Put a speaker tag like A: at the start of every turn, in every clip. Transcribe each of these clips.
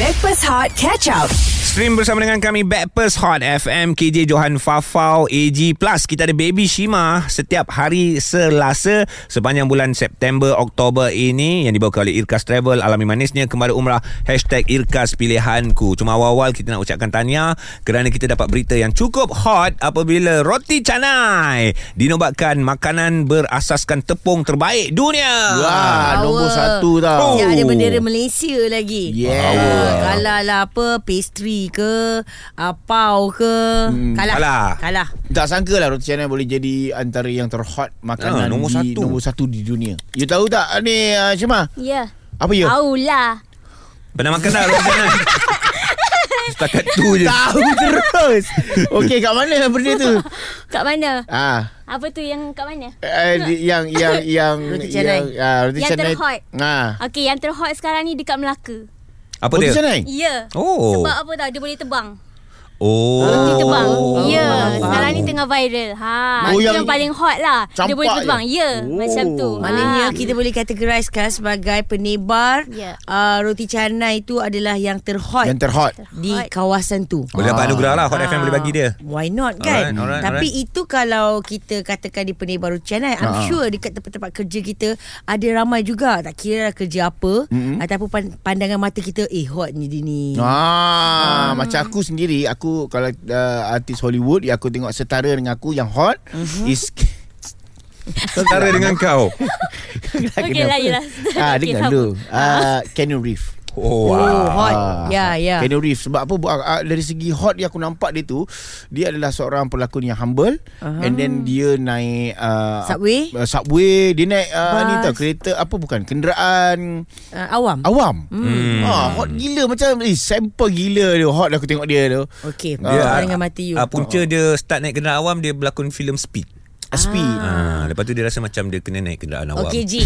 A: Backpass Hot Catch Up.
B: Stream bersama dengan kami Backpast Hot FM KJ Johan Fafau AG Plus Kita ada Baby Shima Setiap hari Selasa Sepanjang bulan September Oktober ini Yang dibawa oleh Irkas Travel Alami manisnya Kembali umrah Hashtag Irkas Pilihanku Cuma awal-awal kita nak ucapkan tanya Kerana kita dapat berita yang cukup hot Apabila roti canai Dinobatkan makanan berasaskan tepung terbaik dunia
C: Power.
D: Wah, Ah, nombor satu tau.
B: Oh.
C: Yang ada bendera Malaysia lagi.
D: Yeah.
C: Ah, kalah lah apa pastry ke, uh, pau ke.
D: Hmm,
C: Kalah.
B: Kalah.
C: Kalah.
D: Tak sangka lah roti canai boleh jadi antara yang terhot
B: Ah,
D: makanan
B: nombor
D: di,
B: satu.
D: nombor satu di dunia. You tahu tak ah, ni uh, Syima?
E: Ya.
D: Apa ya?
E: Aulah.
B: Pernah makan tak roti canai? Setakat tu je
D: Tahu terus. Okey, kat mana benda tu?
E: Kat mana?
D: Ah,
E: Apa tu yang kat mana?
D: eh, di- yang yang yang
C: Roti canai.
D: Yang, ah, roti
E: Yang
D: canai.
E: terhot.
D: Ah.
E: Okey, yang terhot sekarang ni dekat Melaka.
B: Apa
D: Roti
B: dia?
D: canai.
E: Ya.
B: Oh.
E: Sebab apa tau, dia boleh tebang.
B: Oh.
E: Dia tebang.
B: Oh.
E: ya,
C: faham.
E: sekarang ni tengah viral. Ha,
D: Oh,
E: itu
D: yang
E: yang, paling hot lah.
D: campak
E: Dia boleh tebang.
D: je.
E: Ya,
D: Oh.
E: macam tu.
C: Maknanya
A: Ah.
E: ha.
C: kita boleh kategorikan sebagai penebar
E: Ya.
C: uh, roti canai itu adalah yang terhot
D: Yang terhot.
C: di kawasan tu.
B: Boleh dapat anugerah lah Hot FM boleh bagi dia
C: Why not
B: Alright,
C: kan
B: alright,
C: Tapi
B: alright.
C: itu kalau Kita katakan di penebar roti canai I'm
D: Ha.
C: sure dekat tempat-tempat kerja kita Ada ramai juga Tak kira lah kerja apa mm-hmm. Ataupun pan- pandangan mata kita Eh hot ni dia ni
B: Ha.
E: Hmm.
D: Ah, macam aku sendiri, aku kalau uh, artis Hollywood yang aku tengok setara dengan aku yang hot
E: Mhm.
D: is
B: Setara dengan kau
E: Okey lah, yelah.
D: Ah,
E: Okey,
D: dengar
E: sama.
D: dulu. Ah, Keanu Reeves.
C: Oh
B: Oh, wow.
C: hot
D: Ah,
C: Ya ya
D: Keanu Reeves sebab apa bu- ah, dari segi hot yang aku nampak dia tu dia adalah seorang pelakon yang humble uh-huh. and then dia naik uh,
C: Subway?
D: uh, subway dia naik uh, ni
C: Bus.
D: tau kereta apa bukan kenderaan
C: uh, Awam
D: awam hmm. ah, hot gila macam eh sampel gila dia hot lah aku tengok dia tu
C: Okey,
B: Dia,
C: yeah. dengan mata you.
B: ah, Punca dia start naik kenderaan awam Dia berlakon filem Speed
D: Speed
B: ah. Lepas tu dia rasa macam Dia kena naik kenderaan awam
C: Okey Ji.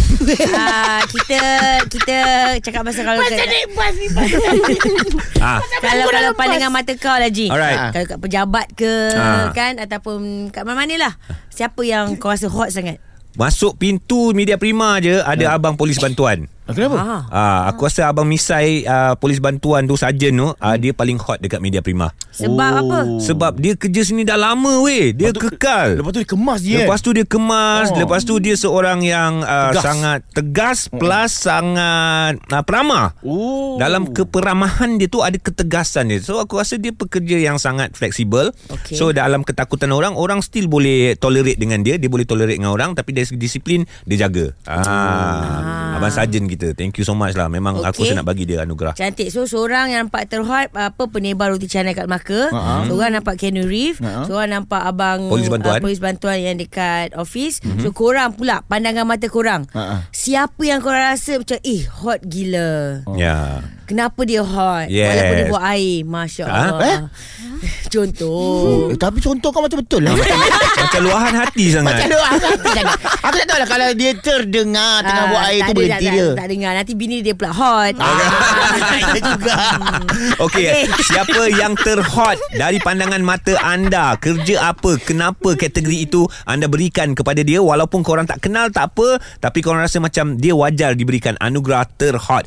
C: Ah, kita kita cakap pasal kalau
E: Macam naik bas ni, bas.
B: ah.
C: kalau kalau pandangan mata kau lah Ji.
B: Alright.
C: Kalau kat pejabat ke
B: Ah.
C: kan ataupun kat mana-mana lah. Siapa yang kau rasa hot sangat?
B: Masuk pintu Media Prima je Ada abang polis bantuan
D: ah, kenapa
C: Ah.
B: Ah, aku rasa abang Misai ah, polis bantuan tu sarjan tu ah, dia paling hot dekat media prima.
C: Sebab
D: Oh.
C: apa?
B: Sebab dia kerja sini dah lama weh, dia kekal.
D: lepas tu dia kemas dia
B: Lepas tu dia kemas,
D: Oh.
B: oh. lepas tu dia seorang yang uh,
D: Tegas. Hmm.
B: sangat tegas plus sangat uh, peramah.
D: oh
B: Dalam keperamahan dia tu ada ketegasan dia. So aku rasa dia pekerja yang sangat fleksibel.
C: Okey.
B: So dalam ketakutan orang, orang still boleh tolerate dengan dia, dia boleh tolerate dengan orang tapi dari segi disiplin dia jaga. Ah. Abang Sarjan kita. Thank you so much lah. Memang okay. aku
C: Okey.
B: rasa nak bagi dia anugerah.
C: Cantik So seorang yang nampak terhot Apa penebar roti canai kat Melaka uh-huh. Seorang nampak Keanu Reeves uh-huh. Seorang nampak abang
B: Polis
C: ah,
B: bantuan.
C: Polis bantuan yang dekat office
D: Mhm.
C: uh-huh. So korang pula Pandangan mata korang
D: Ah, ah.
C: uh-huh. Siapa yang korang rasa macam Eh hot gila
B: Ya. Yeah.
C: Kenapa dia hot
B: Yes.
C: Walaupun dia buat air Masya
B: Ah,
C: Allah
D: eh?
C: Contoh
D: Eh, tapi contoh kau macam betul lah
B: Macam luahan hati sangat.
D: Macam tu, aku, aku tak tahu. aku tak tahu lah kalau dia terdengar tengah
C: Ah,
D: buat air
C: tak
D: tu
C: ada,
D: boleh
C: tak,
D: dia. Ah.
C: tak, tak dengar Nanti bini dia pula hot
D: Dia juga.
B: Okey, okay.
C: Okey.
B: siapa yang terhot dari pandangan mata anda? Kerja apa? Kenapa kategori itu anda berikan kepada dia walaupun korang tak kenal tak apa, tapi korang rasa macam dia wajar diberikan anugerah terhot.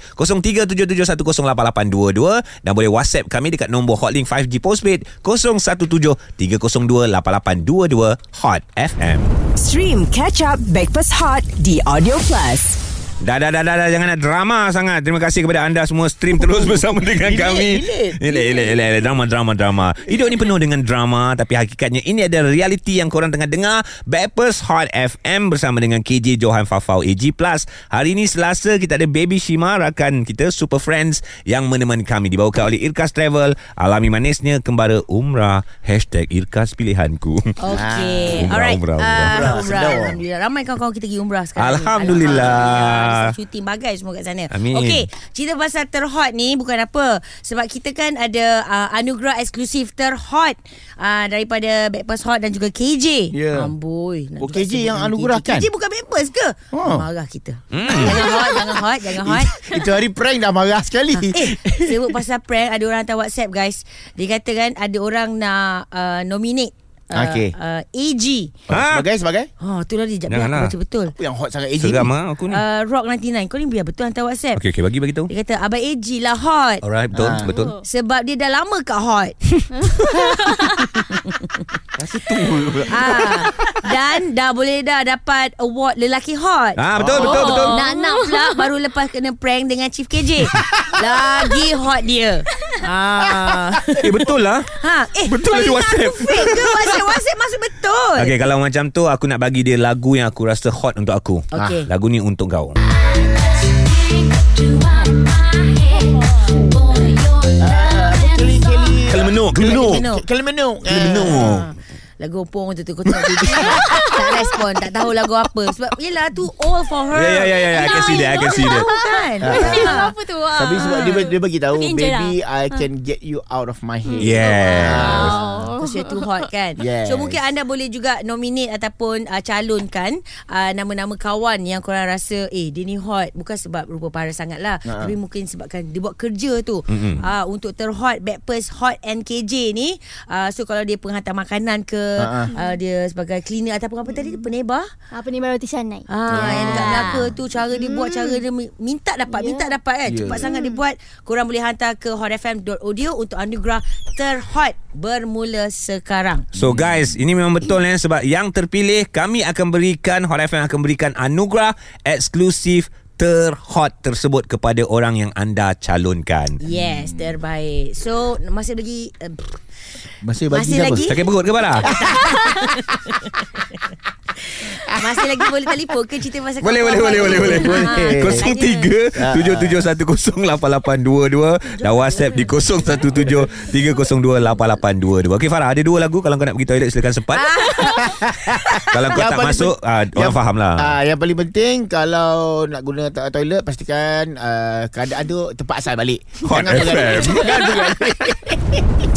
B: 0377108822 dan boleh WhatsApp kami dekat nombor hotlink 5G postpaid 0173028822 Hot FM.
A: Stream Catch Up Backpass Hot di Audio Plus.
B: Dah, dah, dah, dah, dah. Jangan nak drama sangat. Terima kasih kepada anda semua. Stream terus bersama dengan kami. Elek, elek, elek, elek. Drama, drama, drama. Hidup ni penuh dengan drama. Tapi hakikatnya ini adalah realiti yang korang tengah dengar. Backpast Hot FM bersama dengan KJ Johan Fafau AG+. Plus. Hari ini Selasa kita ada Baby Shima, rakan kita Super Friends yang menemani kami. Dibawakan oleh Irkas Travel. Alami manisnya kembara umrah. Hashtag Irkas Pilihanku.
C: Okay
B: Umrah,
C: Alright
B: umrah,
C: umrah,
B: umrah.
C: umrah,
D: Umrah, sedap.
C: Alhamdulillah Ramai kawan-kawan kita pergi umrah sekarang ni.
B: Alhamdulillah.
C: Alhamdulillah. Cuti bagai semua kat sana
B: Amin.
C: Okay Cerita pasal terhot ni Bukan apa Sebab kita kan ada uh, Anugerah eksklusif terhot uh, Daripada Backpass Hot Dan juga KJ
D: Ya.
C: Amboi nak
D: Oh,
C: juga
D: KJ
C: sebut
D: yang
C: nanti.
D: anugerahkan?
C: KJ bukan Backpass ke?
D: Oh.
C: Marah kita Jangan hot Jangan hot Jangan Hmm. hot
D: Itu hari prank dah marah sekali.
C: Eh, sebut pasal prank Ada orang hantar WhatsApp guys Dia kata kan Ada orang nak uh, nominate
D: Okey.
C: uh, AG.
B: Ha?
D: Sebagai sebagai
C: Ha, itulah dia. Sekejap, biar
B: Janganlah.
C: aku baca betul.
D: Apa yang hot sangat AG
B: Seram ah aku ni.
C: Uh, Rock 99. Kau ni biar betul hantar WhatsApp.
B: Okey Oh. okey bagi bagi tahu.
C: Dia kata, Abang AG lah hot.
B: Alright betul
D: eh. Ah.
B: betul.
C: Sebab dia dah lama kat hot.
D: Rasa tu
C: ah, dan dah boleh dah dapat award lelaki hot. Oh,
B: Ah betul betul betul.
C: Nak nak pula baru lepas kena prank dengan Chief KJ. Lagi hot dia. Ah.
B: Eh betul lah.
C: Ha, eh
B: Betul lah
C: telinga
B: di WhatsApp.
C: Aku fake ke WhatsApp WhatsApp masuk betul.
B: Okey kalau macam tu aku nak bagi dia lagu yang aku rasa hot untuk aku.
C: Okey.
B: Lagu ni untuk kau.
D: Ah, Keli Keli
B: Kelimenuk, kelimenuk.
C: Kelimenuk.
D: Kelimenuk
B: Kelimenuk.
C: Lagu opong tu tu kau tak bibi. tak respon, tak tahu lagu apa. Sebab yelah tu all for her.
B: Ya ya ya ya I can see that I can see Ha. that.
C: Tahu kan? Ah.
E: Apa tu? ah?
D: Tapi sebab dia, dia bagi tahu
E: Mungkin je lah.
D: Baby I can get you out of my head
B: Yeah.
E: Wow.
C: Because you're too hot kan
D: Yes.
C: So mungkin anda boleh juga Nominate ataupun uh, Calonkan uh, Nama-nama kawan Yang korang rasa Eh dia ni hot Bukan sebab rupa parah sangat lah
D: Ha.
C: Tapi mungkin sebabkan Dia buat kerja tu uh, Untuk terhot Backpers Hot and KJ ni uh, So kalau dia penghantar makanan ke
D: Ha,
C: uh, Dia sebagai cleaner Ataupun apa tadi Penebah
E: Apa ni baru tisanai?
C: Ah, yang dekat Melaka tu cara dia buat cara dia
B: Hmm.
C: mi- minta
B: Ya.
C: dapat, minta dapat kan. Cepat sangat dia buat. Korang boleh hantar ke hotfm.audio untuk anugerah terhot bermula sekarang.
B: So guys, ini memang betul eh sebab yang terpilih kami akan berikan Hot FM akan berikan anugerah eksklusif terhot tersebut kepada orang yang anda calonkan.
C: Yes, terbaik. So masih lagi uh,
D: Masih
C: bagi Masih siapa? lagi?
B: Sakit perut ke Farah?
C: masih lagi boleh telefon ke cerita pasal
B: Boleh boleh boleh boleh boleh.
C: Ah, tanya.
B: 0377108822 dan WhatsApp di 0173028822. Okey Farah, ada dua lagu kalau kau nak pergi toilet silakan sempat. kalau kau tak masuk, ah, orang faham lah.
D: Ah, yang paling penting kalau nak guna to- toilet pastikan uh, keadaan tu tempat asal balik.
B: Hot FM.
D: Jangan bergaduh.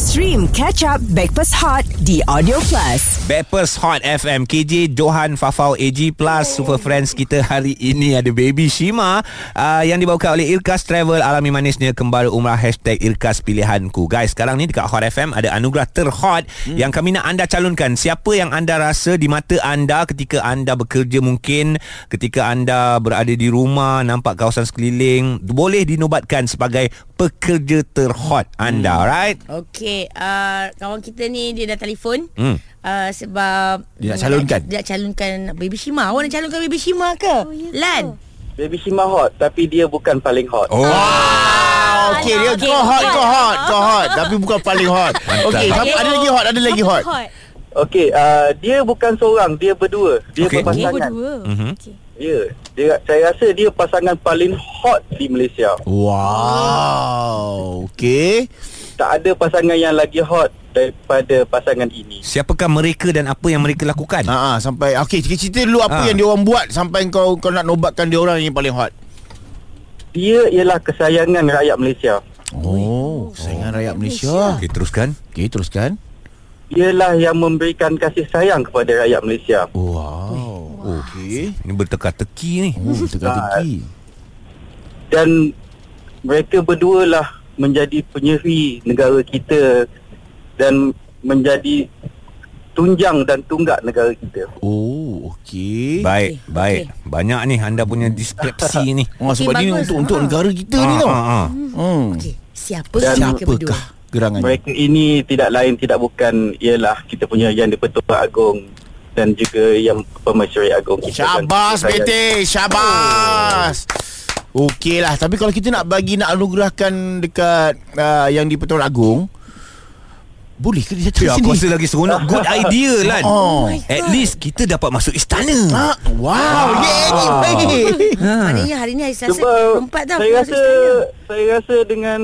A: Stream Catch Up Breakfast Hot di Audio Plus.
B: Bappers Hot FM KJ Johan Fafau AG Plus Super Friends kita hari ini Ada Baby Shima uh, Yang dibawakan oleh Irkas Travel Alami manisnya Kembali Umrah Hashtag Irkas Pilihanku Guys sekarang ni Dekat Hot FM Ada anugerah terhot hmm. Yang kami nak anda calonkan Siapa yang anda rasa Di mata anda Ketika anda bekerja mungkin Ketika anda berada di rumah Nampak kawasan sekeliling Boleh dinobatkan sebagai Pekerja terhot anda hmm. Alright
C: Okey, uh, kawan kita ni dia dah telefon.
B: Hmm.
C: Uh, sebab
D: Dia nak calonkan.
C: Dia nak calonkan Baby Shima Awak nak calonkan Baby Shima ke? Oh,
E: ya ke?
C: Lan
F: Baby Shima hot Tapi dia bukan paling hot
B: Oh
D: Ah, Okey, dia
C: Okey.
D: kau hot, kau hot, kau hot. Tapi bukan paling hot. Okey,
B: Mantap.
D: siapa- ada lagi hot, ada lagi hot.
E: Hot.
F: Okey uh, Dia bukan seorang Dia berdua Dia
B: Okey.
E: Dia
F: okay. berpasangan
E: berdua.
B: Mhm.
E: Okey.
F: Ya dia, Saya rasa dia pasangan paling hot di Malaysia
D: Wow. Okey.
F: Tak ada pasangan yang lagi hot Daripada pasangan ini
B: Siapakah mereka dan apa yang mereka lakukan?
D: Ha ah, sampai okey, cerita- cerita dulu
B: Ah.
D: apa yang dia orang buat sampai kau kau nak nobatkan dia orang yang paling hot.
F: Dia ialah kesayangan rakyat Malaysia
D: Oh, saingan rakyat Malaysia.
B: Ah. Okey, teruskan.
D: Okey, teruskan.
F: Dialah yang memberikan kasih sayang kepada rakyat Malaysia
D: Wow. Okey.
B: Ini berteka-teki ni.
D: Oh, teka-teki.
F: Dan Mereka berdua lah Menjadi penyeri negara kita Dan menjadi Tunjang dan tunggak negara kita
D: Oh, okey. Hmm.
B: Baik, baik. Banyak ni anda punya diskripsi ni.
D: Oh, sebab
C: Okey,
D: ni
C: bagus.
D: untuk untuk
C: Ha.
D: negara kita ni
B: Ah,
D: tau.
B: ah, ah.
D: Hmm.
C: Okey, siapa
F: Dan
C: mereka berdua?
D: Siapakah gerangan?
F: Mereka ini tidak lain tidak bukan ialah kita punya yang di-Pertuan Agong dan juga yang Pemaisuri Agong kita.
D: Syabas
F: Dan kita sayang.
D: BT Syabas Okey lah Tapi kalau kita nak bagi Nak anugerahkan Dekat uh, Yang di Pertuan Agong Boleh ke dia datang
B: Ya,
D: sini?
B: aku rasa lagi seronok. Good idea, Lan.
D: Oh. Oh my
B: At least kita dapat masuk istana.
D: Ah, wow Wow yeah,
C: Maknanya
B: Ha.
C: hari ni hari Selasa
F: Sebab
C: Empat tau
F: saya
C: masuk
F: rasa
C: istana.
F: saya rasa dengan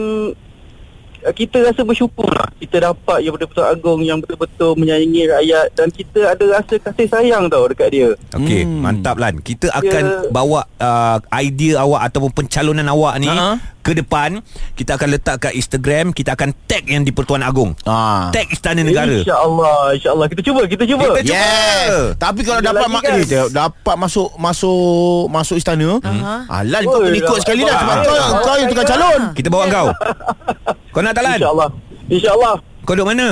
F: eh, kita rasa bersyukur lah. Kita dapat yang betul-betul agung Yang betul-betul menyayangi rakyat Dan kita ada rasa kasih sayang tau dekat dia
B: Okey,
D: Hmm.
B: mantap Lan. Kita akan
F: Ya.
B: bawa uh, idea awak ataupun pencalonan awak ni
D: Ha-ha.
B: ke depan. Kita akan letak kat Instagram, kita akan tag yang di Pertuan Agong.
D: ah.
B: Tag Istana Negara.
F: InsyaAllah InsyaAllah Kita cuba Kita cuba
B: Kita
D: Yes Eh, Tapi kalau
F: Dia
D: dapat
F: lagi
D: mak
F: kan?
D: eh, dia Dapat masuk Masuk Masuk istana uh-huh. Alan kau
F: Oi,
D: kena ikut
F: lah.
D: sekali lah Sebab
F: Ah.
D: kau Kau yang tukar calon
B: Kita bawa kau. Kau nak tak Lan?
F: InsyaAllah InsyaAllah
B: Kau duduk mana?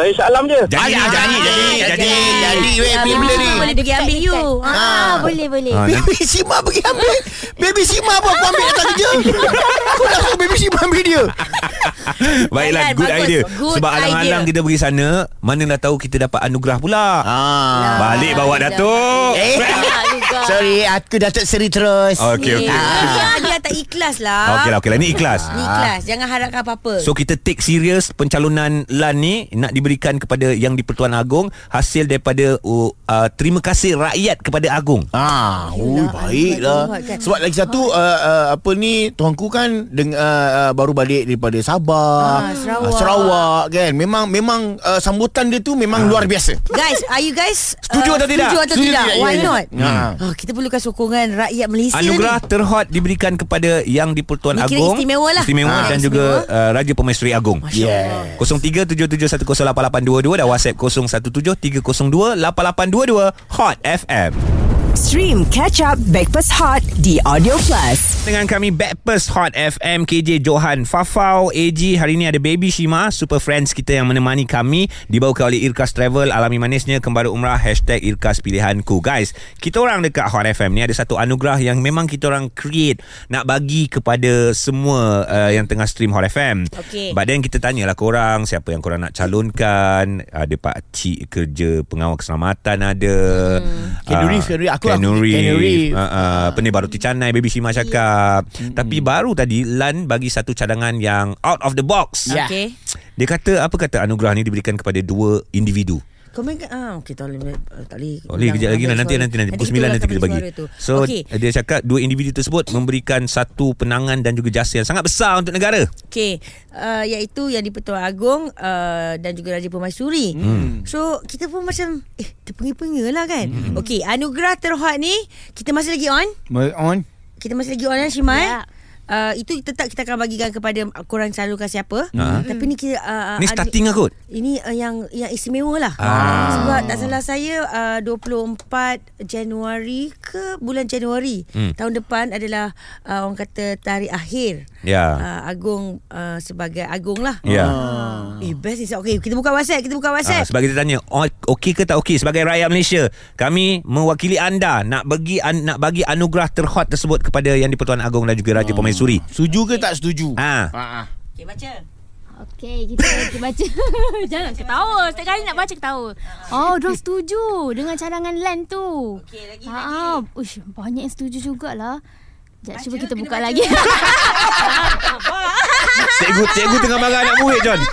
F: Saya salam je.
B: Jadi
D: Ah,
B: jadi jadi jadi.
D: jadi weh
C: Ah,
D: bila
C: Baby
D: ni.
C: Sima boleh pergi ambil you
E: Ah, boleh boleh.
B: Ah, nanti-
D: Baby Sima pergi ambil Baby Sima pun aku ambil datang kerja Aku nak suruh Baby Sima ambil dia
C: Baiklah,
B: Baiklah good
C: Kan, bagus.
B: idea
C: Good
B: Sebab
C: idea.
B: alang-alang kita pergi sana Mana dah tahu kita dapat anugerah pula
C: Ya.
D: ah.
B: Balik bawa Datuk
D: Eh Sorry Aku Datuk Seri terus
B: Okey okey
C: Ah, Dia tak ikhlas lah
B: Okey lah okey lah Ni ikhlas
C: Ni ikhlas Jangan harapkan apa-apa
B: So kita take serious pencalonan LAN ni nak diberikan kepada yang di-Pertuan Agong hasil daripada uh, uh, terima kasih rakyat kepada Agong.
D: Ah, ui baiklah.
C: kan.
D: Sebab lagi satu
C: Ah.
D: uh, uh, apa ni tuanku kan deng, uh, uh, baru balik daripada
C: Ah,
D: Sabah,
C: Sarawak.
D: ah, Sarawak kan. Memang memang uh, sambutan dia tu memang luar biasa.
C: Guys, are you guys uh,
B: Setuju atau tidak?
C: Setuju atau
D: Setuju
C: tidak?
D: tidak, ya,
C: Why
D: ya.
C: not?
D: Ha.
C: Oh, kita perlukan sokongan rakyat Malaysia
B: Anugerah
C: ni.
B: terhad diberikan kepada yang di-Pertuan
C: Ni kira
B: Agong.
C: istimewa lah.
B: Istimewa
C: Ah.
B: dan juga uh, Raja Pemaisuri Agong.
D: Yeah.
B: 0377108822 dan WhatsApp 0173028822 Hot FM.
A: Stream Catch Up Backpass Hot The Audio Plus
B: Dengan kami Backpast Hot FM KJ Johan Fafau AG Hari ini ada Baby Shima Super Friends kita yang menemani kami Dibawakan oleh Irkas Travel Alami manisnya Kembali Umrah Hashtag Irkas Pilihanku Guys Kita orang dekat Hot FM ni Ada satu anugerah yang memang kita orang create Nak bagi kepada semua uh, Yang tengah stream Hot FM
C: Okey.
B: But then kita tanyalah korang Siapa yang korang nak calonkan Ada Pak Cik kerja Pengawal keselamatan ada hmm.
D: Kenuri, Kenuri. Aku- aku Kenuri.
B: Uh, uh, Pening baru ticanai Baby Shima cakap
C: Hmm.
B: mm-hmm. Tapi baru tadi Lan bagi satu cadangan yang Out of the box
D: Ya.
C: Okay.
B: Dia kata Apa kata anugerah ni Diberikan kepada dua individu
C: Komen ke? Ah, okay, tak boleh. eh, Tak boleh.
B: Boleh
C: Yang
B: kejap lagi
C: ambil
B: lah Nanti
C: suara.
B: nanti nanti Pukul
C: kita
B: 9 nanti
C: ulang
B: kita bagi
C: suara tu.
B: So
C: okay.
B: okay. dia cakap Dua individu tersebut Memberikan satu penangan Dan juga jasa yang sangat besar Untuk negara
C: Okey, uh, iaitu yang di Pertuan Agong uh, dan juga Raja Permaisuri. Hmm. So, kita pun macam eh terpengi-pengi lah kan. Hmm. Okey, anugerah terhad ni kita masih lagi on?
D: Move on.
C: Kita masih lagi on kan Shima eh?
E: Ya.
C: Uh, itu tetap kita akan bagikan kepada korang calonkan siapa.
B: Ha.
C: Tapi ni kita uh,
B: Ni
C: anu-
B: starting lah kot
C: Ini uh, yang yang istimewa lah
B: Ah.
C: Sebab tak salah saya uh, 24 Januari ke bulan Januari
B: Hmm.
C: Tahun depan adalah uh, orang kata tarikh akhir
B: Ya
C: uh, Agung uh, sebagai Agung lah
B: Ya
C: Eh best ni Okay kita buka whatsapp Kita buka
B: Ah,
C: whatsapp
B: sebab kita tanya "Oh, okey ke tak okey sebagai rakyat Malaysia kami mewakili anda nak bagi an, nak bagi anugerah terhad tersebut kepada yang di-Pertuan Agong dan juga
C: Ah.
B: Raja Permaisuri.
D: Setuju ke tak setuju?
B: Ah.
D: ah.
C: Okay baca
E: Okey, kita, kita baca. Jangan ketawa. Setiap kali nak baca ketawa. Oh, dia setuju dengan cadangan LAN tu.
C: Okey, lagi,
E: Ha, ush, banyak yang setuju jugalah. Sekejap, cuba
C: Baca,
E: kita
C: kena
E: buka
C: baca.
E: lagi.
B: Cikgu cikgu tengah marah anak murid John.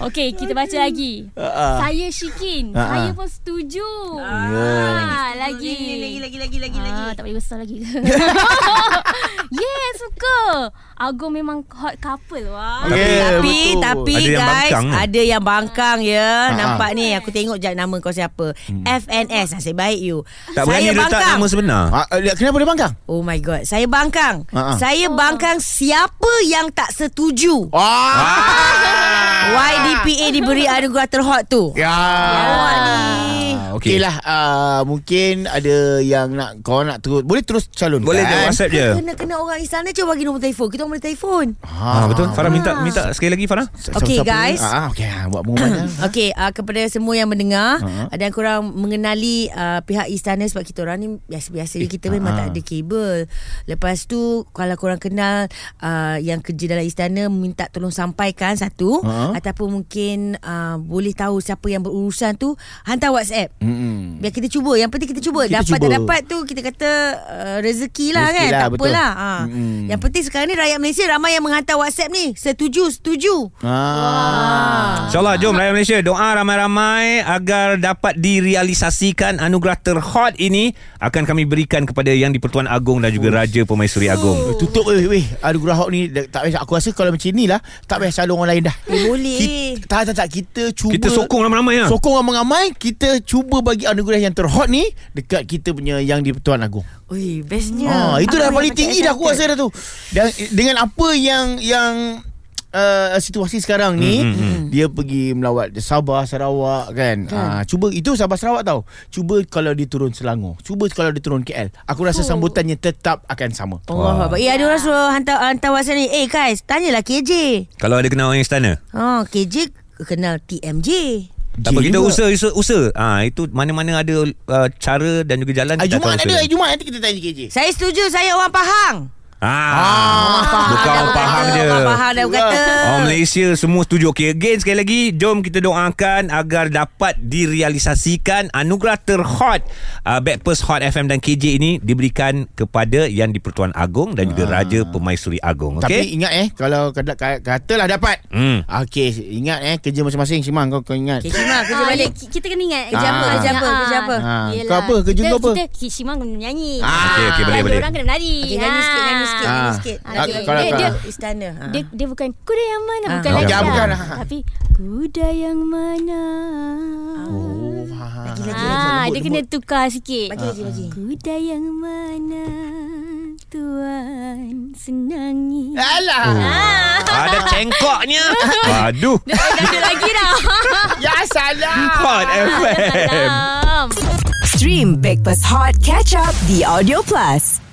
E: Okey, kita baca lagi. Saya Syikin.
D: Ah, ah.
E: Saya pun setuju. Ah, lagi.
C: Lagi lagi lagi lagi lagi
E: Ah, tak boleh besar lagi ke? yeah, suka. Agong memang hot couple. Wah.
D: Okay. Eh,
C: Tapi
D: betul.
C: tapi
B: Ada yang
C: guys
B: bangkang lah. Ah, ni.
C: ada yang bangkang ya. Nampak ni aku tengok je nama kau siapa. FNS nasib baik you.
B: Hmm. Tak berani
C: saya
B: letak
C: bangkang.
B: nama sebenar.
D: Ah, eh, kenapa dia bangkang?
C: Oh my god, saya bangkang.
B: Ah,
D: Ha, ha.
C: Saya bangkang siapa yang tak setuju
D: Ah.
C: YDPA diberi anugerah terhad tu.
D: Ya.
B: Ah, okey.
D: Okey lah uh, Mungkin ada yang nak Kau nak terus Boleh terus calon
B: Boleh dia WhatsApp je.
C: Kena kena orang Islam ni cuba bagi nombor telefon. Kita orang boleh telefon.
B: Ah betul. Farah minta minta sekali lagi Farah.
C: Okey, guys.
D: ah, Okey ah, Buat pengumuman lah.
C: Okey, uh, kepada semua yang mendengar
D: Ha.
C: uh-huh. dan korang mengenali uh, pihak istana sebab kita orang ni biasa-biasa je
D: Eh,
C: kita
D: ha.
C: memang tak ada kabel. Lepas tu kalau korang kenal uh, yang kerja dalam istana minta tolong sampaikan satu
D: Ha.
C: ataupun mungkin uh, boleh tahu siapa yang berurusan tu hantar WhatsApp.
D: Mm-mm.
C: Biar kita cuba. Yang penting kita cuba.
D: Kita
C: dapat
D: cuba.
C: tak dapat tu kita kata uh, rezeki lah
D: Rezeki
C: kan.
D: lah,
C: tak
D: betul.
C: apalah. Ha.
D: Mm-mm.
C: Yang penting sekarang ni rakyat Malaysia ramai yang menghantar WhatsApp ni. Setuju, setuju.
D: Ah.
B: InsyaAllah jom rakyat Malaysia doa ramai-ramai agar dapat direalisasikan anugerah terhad ini akan kami berikan kepada yang di-Pertuan Agong dan juga Raja Permaisuri Agong.
D: Eh, Tutup weh weh Anugerah Hawk ni dah- tak payah aku rasa kalau macam ni lah tak payah calon orang lain dah.
C: Eh, boleh.
D: Kita, tak tak tak kita cuba
B: Kita sokong ramai-ramai ya.
D: Sokong ramai-ramai Kita cuba bagi anugerah yang terhot ni Dekat kita punya yang di Pertuan Agong
C: Ui, bestnya.
D: yeah. ha, Itu dah
C: Apa
D: paling
C: yang
D: tinggi
C: Ya. macam
D: dah aku
C: excited?
D: rasa dah tu Dan, Dengan apa yang Yang uh, situasi sekarang ni
B: Hmm, hmm,
D: Dia pergi melawat Sabah, Sarawak kan ha, Cuba Itu Sabah, Sarawak tau Cuba kalau dia turun Selangor Cuba kalau dia turun KL Aku rasa sambutannya tetap akan sama
C: Allah Akbar. Eh, ada orang suruh hantar, hantar WhatsApp ni. Eh, guys, tanyalah KJ.
B: Kalau ada kenal orang istana.
C: Ha, KJ kenal TMJ.
B: Tak apa
D: J
B: kita
D: juga.
B: usaha usaha usaha. Ah itu mana-mana ada uh, cara dan juga jalan kita
D: Hari Ah, Jumaat
B: akan
D: ada
B: usaha.
D: Hari Jumaat Nanti kita tanya KJ
C: Saya setuju saya orang Pahang.
B: Ah,
C: Ah,
B: bukan
C: dah
B: orang Pahang
C: berkata,
B: je.
C: Orang Pahang dah berkata.
D: Ya. Ah.
B: Orang Malaysia semua setuju Okay again sekali lagi Jom kita doakan Agar dapat direalisasikan Anugerah terhot uh, Backpast Hot FM dan KJ ini Diberikan kepada Yang di-Pertuan Agong Dan juga Raja Pemaisuri Agong
D: Tapi
B: Okay
D: ingat eh Kalau kada- ka- katalah dapat
B: Hmm.
D: Okay Ingat eh Kerja masing-masing Simang kau, kau ingat
C: Okay, Cima kerja
E: Ah,
C: balik.
E: ya, Kita kena ingat
C: Kerja apa,
E: Ah.
C: kerja apa, kerja apa?
D: Ah,
E: Yelah,
D: kau apa? Kerja
E: kita,
D: kau apa?
E: Kita Kishima kena
B: Okey, okey,
E: menyanyi
B: Ah, boleh,
E: Dan
B: boleh.
E: Orang kena menari
C: Okay, nyanyi sikit, nyanyi sikit,
D: Ah.
C: nyanyi sikit.
E: Ah,
C: Nyanyi
E: dia-
C: sikit.
E: dia- dia-
C: istana. Ah.
E: Dia, dia bukan kuda yang mana
C: Ah.
E: bukan
B: Bukan,
E: lagi
D: bukan.
E: lah. Tapi kuda yang mana
D: Oh, ha, ha, ha.
C: Lagi-lagi.
E: Ah, dia
D: lembut,
E: kena tukar sikit
C: Bagi, bagi, bagi.
E: Kuda yang mana Tuan senangi Ah.
D: Alah
B: Ada cengkoknya Aduh
E: Dah dah ada lagi dah
D: Ya salah
B: Hot FM
E: Salam
A: Stream Breakfast Hot Catch Up The Audio Plus.